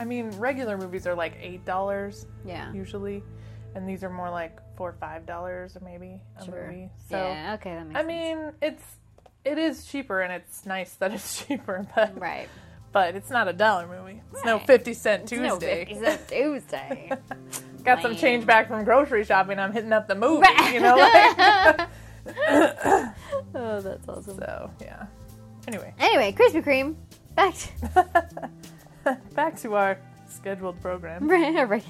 Speaker 2: I mean, regular movies are like eight dollars
Speaker 1: Yeah.
Speaker 2: usually, and these are more like four or five dollars or maybe a movie. So
Speaker 1: yeah. Okay, that makes
Speaker 2: I mean, it's it is cheaper and it's nice that it's *laughs* cheaper, but
Speaker 1: sense.
Speaker 2: *laughs*
Speaker 1: right.
Speaker 2: but it's not a dollar movie. It's no
Speaker 1: Right.
Speaker 2: fifty cent Tuesday.
Speaker 1: No, it's a
Speaker 2: *laughs*
Speaker 1: Tuesday.
Speaker 2: got some
Speaker 1: Lame.
Speaker 2: change back from grocery shopping. I'm hitting up the movie, you know. Like,
Speaker 1: oh, that's awesome.
Speaker 2: so yeah. Anyway,
Speaker 1: Anyway, Krispy Kreme. Back to *laughs*
Speaker 2: back to our scheduled program.
Speaker 1: regular.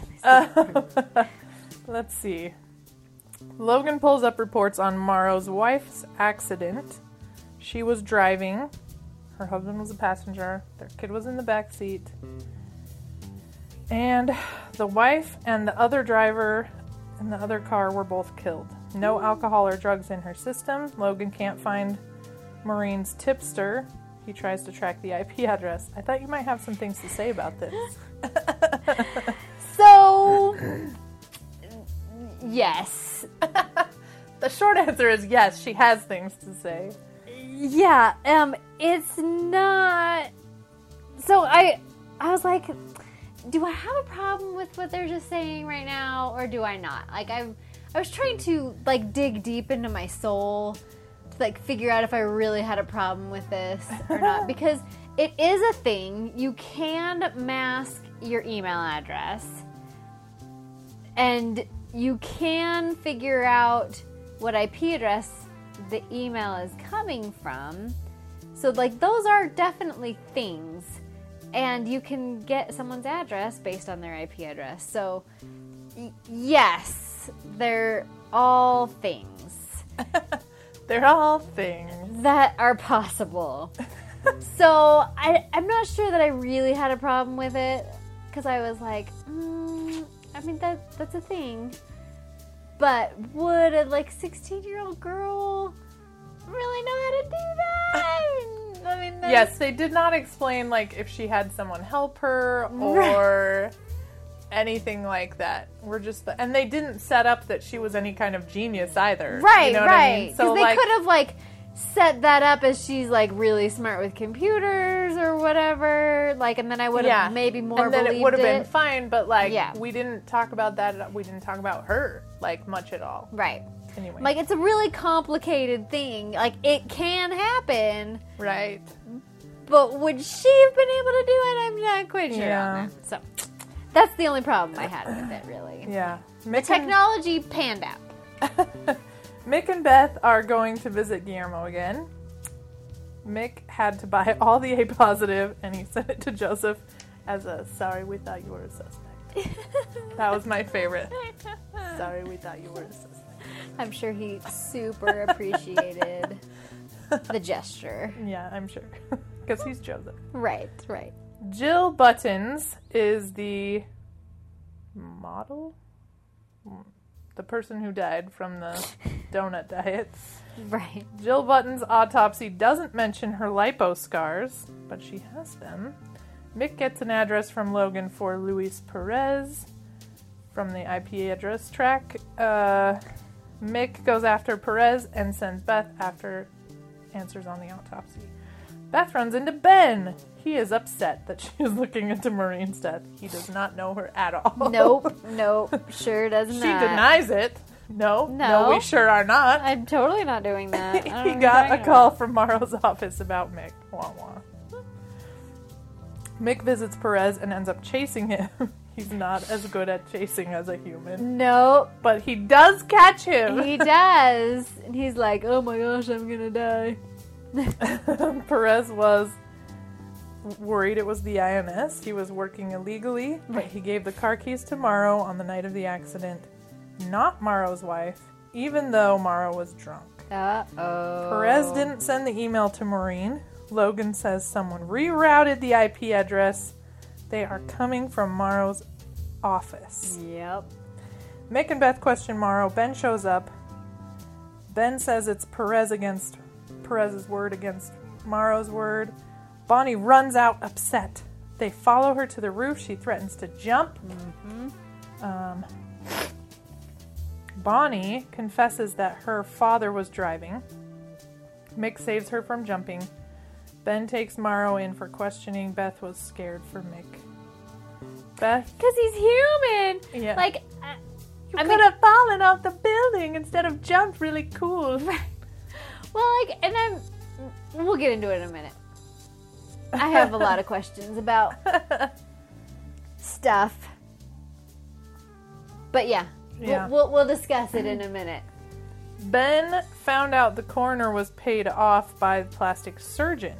Speaker 2: Let's see. Logan pulls up reports on Morrow's wife's accident. She was driving. Her husband was a passenger. Their kid was in the back seat. And the wife and the other driver in the other car were both killed. No alcohol or drugs in her system. Logan can't find Marine's tipster. He tries to track the IP address. I thought you might have some things to say about this.
Speaker 1: So, yes.
Speaker 2: *laughs* The short answer is yes, she has things to say.
Speaker 1: Yeah. Um. It's not. So I, I was like, do I have a problem with what they're just saying right now, or do I not? Like I'm, I was trying to like dig deep into my soul to like figure out if I really had a problem with this or not, because it is a thing. You can mask your email address. and you can figure out what IP address the email is coming from. So, like, those are definitely things, and you can get someone's address based on their IP address. So, y- yes, they're all things
Speaker 2: They're all things.
Speaker 1: that are
Speaker 2: *laughs*
Speaker 1: possible. so, I, I'm not sure that I really had a problem with it because I was like, mm, I mean that that's a thing. But would a like sixteen year old girl really know how to do that? I mean, that's-
Speaker 2: Yes, they did not explain like if she had someone
Speaker 1: *laughs*
Speaker 2: help her or anything like that. We're just the, and they didn't set up that she was any kind of genius either.
Speaker 1: Right,
Speaker 2: you know What I
Speaker 1: right.
Speaker 2: mean?
Speaker 1: Because
Speaker 2: So
Speaker 1: they
Speaker 2: like,
Speaker 1: could have like set that up as she's like really smart with computers or whatever. Like, and then I would have
Speaker 2: yeah,
Speaker 1: maybe more
Speaker 2: and then it
Speaker 1: believed
Speaker 2: would have been fine. But like,
Speaker 1: Yeah.
Speaker 2: we didn't talk about that. at- We didn't talk about her like much at all.
Speaker 1: right.
Speaker 2: Anyway,
Speaker 1: Like, it's a really complicated thing. Like, it can happen,
Speaker 2: right?
Speaker 1: but would she have been able to do it? I'm not quite sure.
Speaker 2: Yeah.
Speaker 1: On that. So that's the only problem I had with it, really.
Speaker 2: Yeah. Mick and,
Speaker 1: Technology panned out.
Speaker 2: Mick and Beth are going to visit Guillermo again. Mick had to buy *laughs* all the A positive, and he sent it to Joseph as a "Sorry, we thought you were a suspect." *laughs* that was my favorite. Sorry, we thought you were a suspect.
Speaker 1: I'm sure he
Speaker 2: *laughs*
Speaker 1: super appreciated the gesture.
Speaker 2: Yeah, I'm sure, *laughs* because he's Joseph.
Speaker 1: Right, right.
Speaker 2: Jill Buttons is the model, Hmm. the person who died from *laughs* the donut diet.
Speaker 1: Right.
Speaker 2: Jill Button's autopsy doesn't mention her lipo scars, but she has them. Mick gets an address from Logan for Luis Perez from the IP address track. Uh, Mick goes after Perez and sends Beth after answers on the autopsy. Beth runs into Ben. He is upset that she is looking into Maureen's death. He does not know her at all.
Speaker 1: Nope, nope. Sure does
Speaker 2: Oh. *laughs* she
Speaker 1: not.
Speaker 2: denies it. No,
Speaker 1: No.
Speaker 2: we sure are not.
Speaker 1: I'm totally not doing
Speaker 2: *laughs*
Speaker 1: that. I don't
Speaker 2: he
Speaker 1: know what you're
Speaker 2: got a
Speaker 1: talking
Speaker 2: call
Speaker 1: about.
Speaker 2: from Morrow's *laughs* office about Mick. Wah wah. Mick visits Perez and ends up chasing him. *laughs* He's not as good at chasing as a human,
Speaker 1: Nope.
Speaker 2: but he does catch him.
Speaker 1: He does. And he's like, oh my gosh, I'm gonna die.
Speaker 2: *laughs* Perez was worried it was the INS. He was working illegally, but he gave the car keys to Morrow on the night of the accident, not Morrow's wife, even though Morrow was drunk.
Speaker 1: Uh oh.
Speaker 2: Perez didn't send the email to Maureen. Logan says someone rerouted the IP address. They are coming from Morrow's office.
Speaker 1: Yep.
Speaker 2: Mick and Beth question Morrow. Ben shows up. Ben says it's Perez against Perez's word against Morrow's word. Bonnie runs out upset. They follow her to the roof. She threatens to jump. Um, Bonnie confesses that her father was driving. Mick saves her from jumping. Ben takes Morrow in for questioning. Beth was scared for Mick. Beth
Speaker 1: Because he's human.
Speaker 2: Yeah.
Speaker 1: Like, I,
Speaker 2: you
Speaker 1: I
Speaker 2: could
Speaker 1: mean,
Speaker 2: have fallen off the building instead of jumped. Really cool.
Speaker 1: *laughs* well, like, and I'm. We'll get into it in a minute. I have a
Speaker 2: *laughs*
Speaker 1: lot of questions about stuff. But yeah,
Speaker 2: Yeah.
Speaker 1: We'll, we'll, we'll discuss it in a
Speaker 2: *laughs*
Speaker 1: minute.
Speaker 2: *laughs* ben found out the coroner was paid off by the plastic surgeon.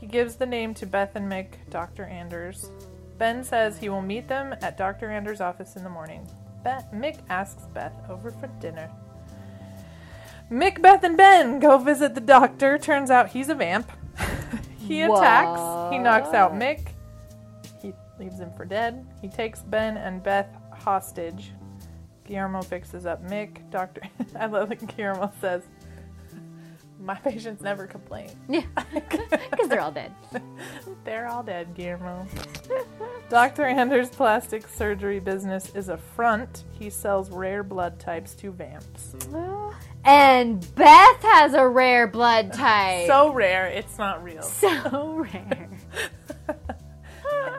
Speaker 2: He gives the name to Beth and Mick, Dr. Anders. Ben says he will meet them at Dr. Anders' office in the morning. Beth, Mick asks Beth over for dinner. Mick, Beth, and Ben go visit the doctor. Turns out he's a vamp. *laughs* he attacks. He knocks out
Speaker 1: What?
Speaker 2: Mick. He leaves him for dead. He takes Ben and Beth hostage. Guillermo fixes up Mick. Doctor, *laughs* I love that Guillermo says, "My patients never complain. *laughs*
Speaker 1: Yeah. Because they're all dead.
Speaker 2: They're all dead, Guillermo." *laughs* Doctor Anders' plastic surgery business is a front. He sells rare blood types to vamps.
Speaker 1: And Beth has a rare blood type.
Speaker 2: So rare, it's not real.
Speaker 1: *laughs* so
Speaker 2: *laughs*
Speaker 1: rare.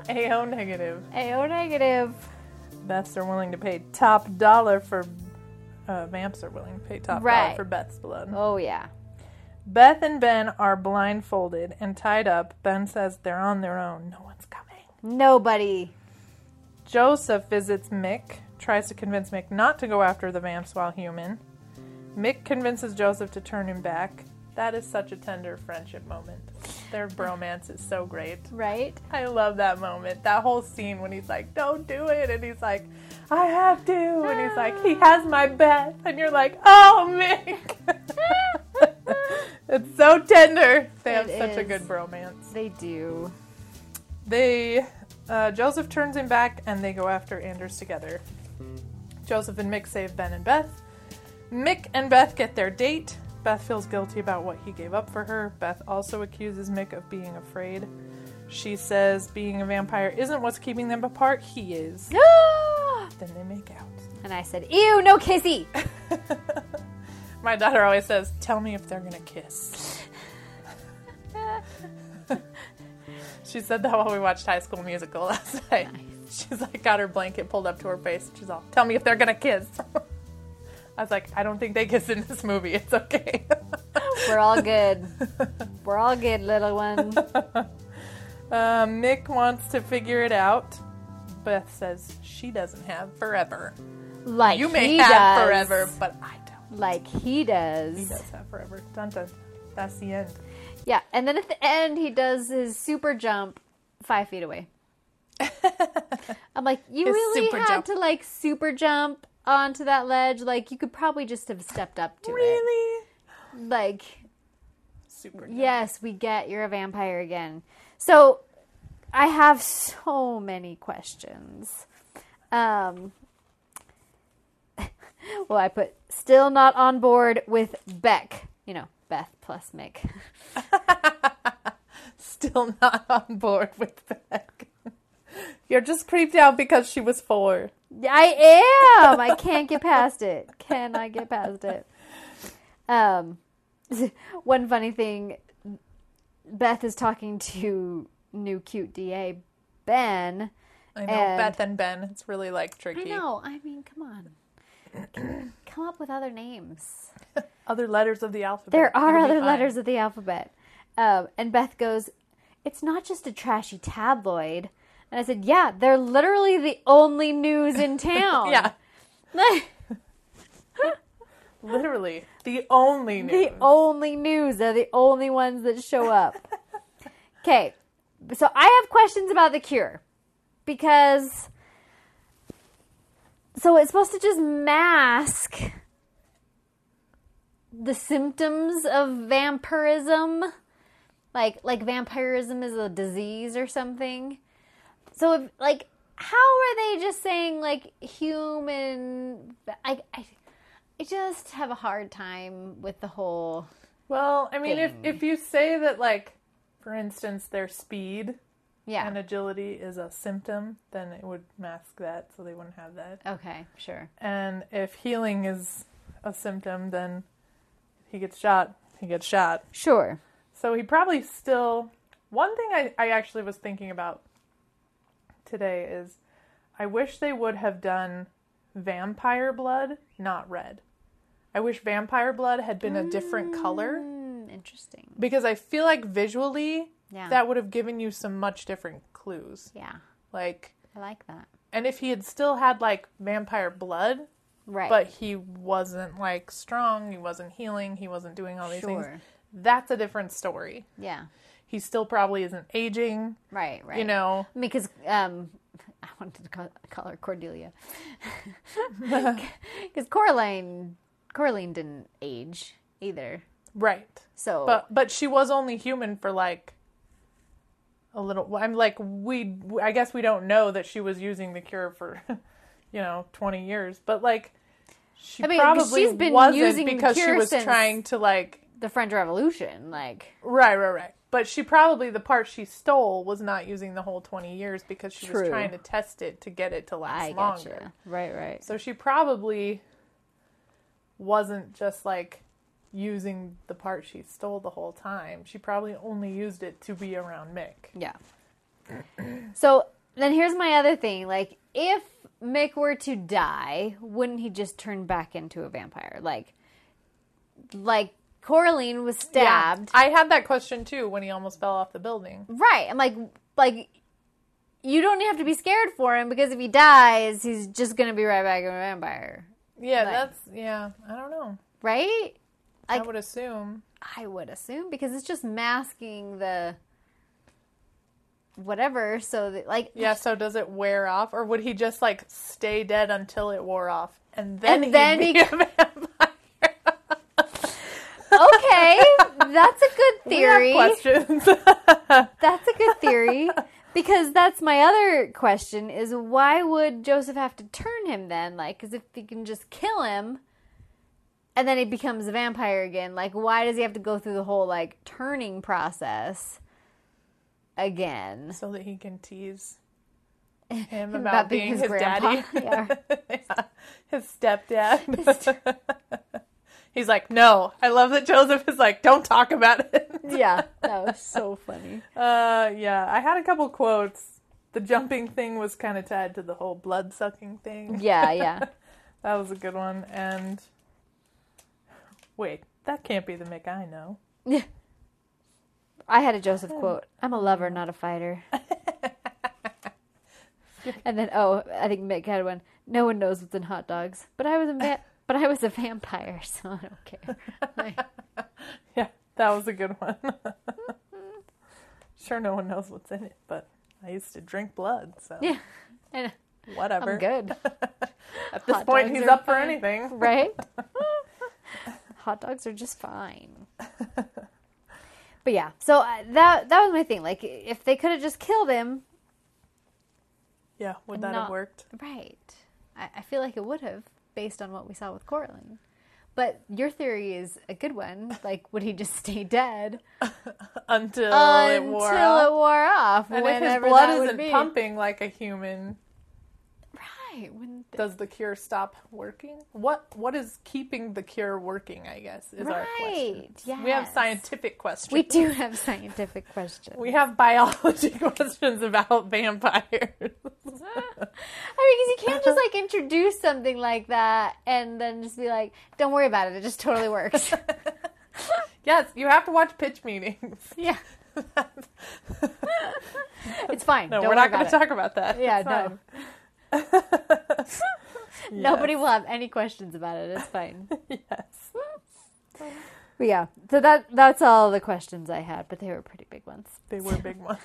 Speaker 2: AO negative.
Speaker 1: AO negative.
Speaker 2: Beths are willing to pay top dollar for. Uh, vamps are willing to pay top dollar
Speaker 1: Right.
Speaker 2: for Beth's blood.
Speaker 1: Oh yeah.
Speaker 2: Beth and Ben are blindfolded and tied up. Ben says they're on their own. No one's coming.
Speaker 1: Nobody.
Speaker 2: Joseph visits Mick, tries to convince Mick not to go after the vamps while human. Mick convinces Joseph to turn him back. That is such a tender friendship moment. Their bromance is so great.
Speaker 1: Right?
Speaker 2: I love that moment. That whole scene when he's like, "Don't do it," and he's like, "I have to," and he's like, "He has my bet," and you're like, "Oh, Mick." *laughs* it's so tender. They have
Speaker 1: It
Speaker 2: such a
Speaker 1: is.
Speaker 2: *gasps* good bromance.
Speaker 1: They do.
Speaker 2: They Uh, Joseph turns him back, and they go after Anders together. Joseph and Mick save Ben and Beth. Mick and Beth get their date. Beth feels guilty about what he gave up for her. Beth also accuses Mick of being afraid. She says being a vampire isn't what's keeping them apart, he is. Then they make out.
Speaker 1: *gasps* and I said, Ew, no kissy.
Speaker 2: My daughter always says, Tell me if they're gonna kiss. she said that while we watched High School Musical last night. She's like, got her blanket pulled up to her face. She's all, Tell me if they're gonna kiss. I was like, I don't think they kiss in this movie. It's okay.
Speaker 1: We're all
Speaker 2: *laughs*
Speaker 1: good. We're all good, little one.
Speaker 2: Uh, Mick wants to figure it out. Beth says she doesn't have forever.
Speaker 1: Like
Speaker 2: You may
Speaker 1: he
Speaker 2: have
Speaker 1: does.
Speaker 2: forever, but I don't.
Speaker 1: Like he does.
Speaker 2: He does have forever. Dun dun. That's the end.
Speaker 1: Yeah, and then at the end, he does his super jump five feet
Speaker 2: *laughs*
Speaker 1: away. I'm like, you
Speaker 2: His
Speaker 1: really
Speaker 2: super
Speaker 1: had
Speaker 2: jump.
Speaker 1: to like super jump onto that ledge. Like, you could probably just have stepped up to it.
Speaker 2: Really?
Speaker 1: Like,
Speaker 2: Super.
Speaker 1: yes, we get you're a vampire again. So, I have so many questions. Um, *laughs* well, I put still not on board with Beck. You know, Beth plus Mick.
Speaker 2: Still *laughs* not on board with Beck. You're just creeped out because she was four.
Speaker 1: I am. I can't get past it. Can I get past it? Um, *laughs* one funny thing. Beth is talking to new cute DA Ben.
Speaker 2: I know
Speaker 1: And-
Speaker 2: Beth and Ben. It's really like
Speaker 1: I
Speaker 2: tricky.
Speaker 1: know. I mean, come on. *clears throat* Come up with other names.
Speaker 2: Other letters of the alphabet.
Speaker 1: There are
Speaker 2: You'll be
Speaker 1: other
Speaker 2: fine.
Speaker 1: letters of the alphabet. Um, and Beth goes, "It's not just a trashy tabloid." And I said, "Yeah, they're literally the only news in *laughs* town."
Speaker 2: Yeah,
Speaker 1: *laughs*
Speaker 2: literally the only news.
Speaker 1: the only news are the only ones that show
Speaker 2: *laughs*
Speaker 1: up. Okay, so I have questions about the cure because so it's supposed to just mask the symptoms of vampirism, like like vampirism is a disease or something. So if like how are they just saying like human? I I, I just have a hard time with the whole.
Speaker 2: well, I mean, if if you say that, like, for instance, their speed
Speaker 1: Yeah.
Speaker 2: and agility is a symptom, then it would mask that, so they wouldn't have that.
Speaker 1: Okay, sure.
Speaker 2: And if healing is a symptom, then he gets shot. He gets shot.
Speaker 1: Sure.
Speaker 2: So he probably still. One thing I, I actually was thinking about today is I wish they would have done vampire blood, not red. I wish vampire blood had been a different color
Speaker 1: Mm, interesting.
Speaker 2: because I feel like visually
Speaker 1: Yeah.
Speaker 2: that would have given you some much different clues.
Speaker 1: Yeah,
Speaker 2: Like,
Speaker 1: I like that.
Speaker 2: and if he had still had like vampire blood,
Speaker 1: Right.
Speaker 2: but he wasn't like strong, he wasn't healing, he wasn't doing all these
Speaker 1: Sure.
Speaker 2: things, that's a different story.
Speaker 1: yeah.
Speaker 2: He still probably isn't aging.
Speaker 1: Right. Right.
Speaker 2: you know
Speaker 1: because um, *laughs* I wanted to call, call her
Speaker 2: *laughs*
Speaker 1: Cordelia *laughs* because Coraline Coraline didn't age either.
Speaker 2: right
Speaker 1: So
Speaker 2: but but she was only human for like a little well, i'm like we i guess we don't know that she was using the cure for *laughs* you know 20 years but like she
Speaker 1: I mean,
Speaker 2: probably
Speaker 1: she's been
Speaker 2: wasn't
Speaker 1: using the
Speaker 2: because she
Speaker 1: cure
Speaker 2: was
Speaker 1: since-
Speaker 2: trying to like
Speaker 1: the French Revolution, like
Speaker 2: right right right but she probably the part she stole was not using the whole 20 years because she
Speaker 1: True.
Speaker 2: was trying to test it to get it to last
Speaker 1: I
Speaker 2: longer
Speaker 1: gotcha. Right. Right.
Speaker 2: So she probably wasn't just like using the part she stole the whole time. She probably only used it to be around Mick.
Speaker 1: Yeah. so then here's my other thing. Like, if Mick were to die, wouldn't he just turn back into a vampire? Like, like Coraline was stabbed.
Speaker 2: I had that question too when he almost fell off the building.
Speaker 1: Right. I'm like, like, you don't have to be scared for him because if he dies, he's just going to be right back a vampire.
Speaker 2: Yeah,
Speaker 1: Right.
Speaker 2: that's yeah, I don't know.
Speaker 1: Right?
Speaker 2: I
Speaker 1: Like-
Speaker 2: would assume.
Speaker 1: I would assume because it's just masking the whatever so that like
Speaker 2: Yeah, so does it wear off or would he just like stay dead until it wore off and then
Speaker 1: And
Speaker 2: he'd
Speaker 1: then
Speaker 2: be
Speaker 1: he-
Speaker 2: a *laughs* vampire?
Speaker 1: okay that's a good
Speaker 2: We have
Speaker 1: theory
Speaker 2: questions.
Speaker 1: *laughs* That's a good theory. Because that's my other question is why would Joseph have to turn him then? Like, because if he can just kill him and then he becomes a vampire again, like, why does he have to go through the whole, like, turning process again?
Speaker 2: so that he can tease him about, being, his, daddy,
Speaker 1: Yeah.
Speaker 2: Yeah, *laughs* his stepdad. *laughs* He's like, no. I love that Joseph is like, don't talk about it.
Speaker 1: *laughs*
Speaker 2: *laughs*
Speaker 1: yeah, that *laughs* was so funny.
Speaker 2: Uh, yeah, I had a couple quotes. The jumping thing was kind of tied to the whole blood sucking thing.
Speaker 1: Yeah, yeah.
Speaker 2: That was a good one. And wait, that can't be the Mick I know.
Speaker 1: I had a Joseph quote. I'm a lover, not a
Speaker 2: *laughs*
Speaker 1: fighter. and then, oh, I think Mick had one. No one knows what's in hot dogs, but I was a va- *laughs* but I was a vampire, *laughs* so I don't care. Like,
Speaker 2: Yeah, that was a good one. *laughs* sure, no one knows what's in it, but I used to drink blood, so
Speaker 1: yeah, I know.
Speaker 2: whatever.
Speaker 1: I'm good,
Speaker 2: *laughs* At this
Speaker 1: Hot
Speaker 2: point,
Speaker 1: dogs
Speaker 2: he's
Speaker 1: are
Speaker 2: up for
Speaker 1: fine. *laughs*
Speaker 2: anything. *laughs*
Speaker 1: right? hot dogs are just fine. But yeah, so uh, that that was my thing. Like, if they could have just killed him,
Speaker 2: Yeah, would
Speaker 1: And
Speaker 2: that have
Speaker 1: not-
Speaker 2: worked?
Speaker 1: Right. I, I feel like it would have based on what we saw with Cortland. But your theory is a good one. *laughs* Like, would he just stay dead
Speaker 2: Until, it
Speaker 1: until
Speaker 2: wore
Speaker 1: it
Speaker 2: off.
Speaker 1: wore off?
Speaker 2: And if his
Speaker 1: whenever
Speaker 2: blood
Speaker 1: that would
Speaker 2: isn't
Speaker 1: be.
Speaker 2: pumping like a human,
Speaker 1: right? When the,
Speaker 2: does the cure stop working? What what is keeping the cure working, I guess, is our question.
Speaker 1: right? Yeah.
Speaker 2: We have scientific questions.
Speaker 1: We do have scientific questions.
Speaker 2: We have biology *laughs* questions about vampires.
Speaker 1: *laughs* I mean, 'cause you can't
Speaker 2: *laughs*
Speaker 1: just like introduce something like that and then just be like, "Don't worry about it. It just totally
Speaker 2: *laughs*
Speaker 1: works." *laughs*
Speaker 2: yes, you have to watch pitch meetings. *laughs*
Speaker 1: yeah. it's fine.
Speaker 2: No,
Speaker 1: Don't
Speaker 2: we're
Speaker 1: worry
Speaker 2: not
Speaker 1: about
Speaker 2: going to
Speaker 1: it.
Speaker 2: talk about that.
Speaker 1: Yeah,
Speaker 2: It's
Speaker 1: no.
Speaker 2: fine.
Speaker 1: *laughs* Nobody will have any questions about it. It's *laughs* fine. yes. But yeah, so that that's all the questions I had, but they were pretty big ones.
Speaker 2: They were
Speaker 1: *laughs*
Speaker 2: big ones.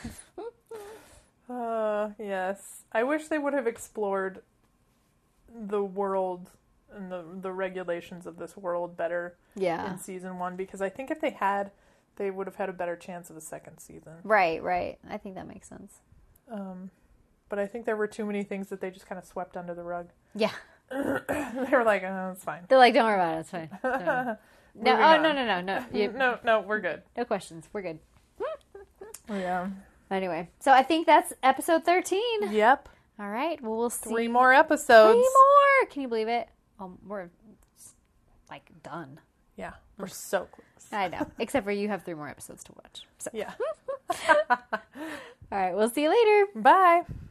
Speaker 2: Uh, yes. I wish they would have explored the world and the the regulations of this world better
Speaker 1: Yeah.
Speaker 2: in season one because I think if they had, they would have had a better chance of a second season.
Speaker 1: Right, right. I think that makes sense.
Speaker 2: Um, but I think there were too many things that they just kind of swept under the rug. *clears throat*
Speaker 1: Yeah.
Speaker 2: they were like, "Oh, it's fine."
Speaker 1: They're like, don't worry about it. It's *laughs* fine. Mm.
Speaker 2: *laughs*
Speaker 1: No, no.
Speaker 2: Moving
Speaker 1: oh,
Speaker 2: on.
Speaker 1: no, no, no, no. You,
Speaker 2: No, no, we're good.
Speaker 1: no questions. We're good. Oh,
Speaker 2: Yeah.
Speaker 1: Anyway, so I think that's episode 13.
Speaker 2: Yep.
Speaker 1: All right. Well, we'll see.
Speaker 2: Three more episodes.
Speaker 1: Three more. Can you believe it? Um, we're like *laughs* done.
Speaker 2: Yeah, we're so close.
Speaker 1: I know. Except for you have three more episodes to watch. So,
Speaker 2: Yeah.
Speaker 1: all right. We'll see you later.
Speaker 2: Bye.